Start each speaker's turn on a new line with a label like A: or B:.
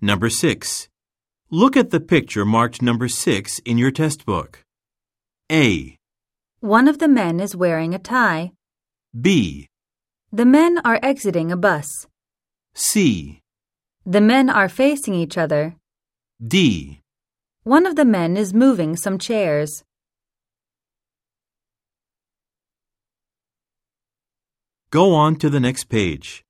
A: Number 6. Look at the picture marked number 6 in your test book. A,
B: One of the men is wearing a tie.
A: B,
B: The men are exiting a bus.
A: C,
B: The men are facing each other.
A: D.
B: One of the men is moving some chairs.
A: Go on to the next page.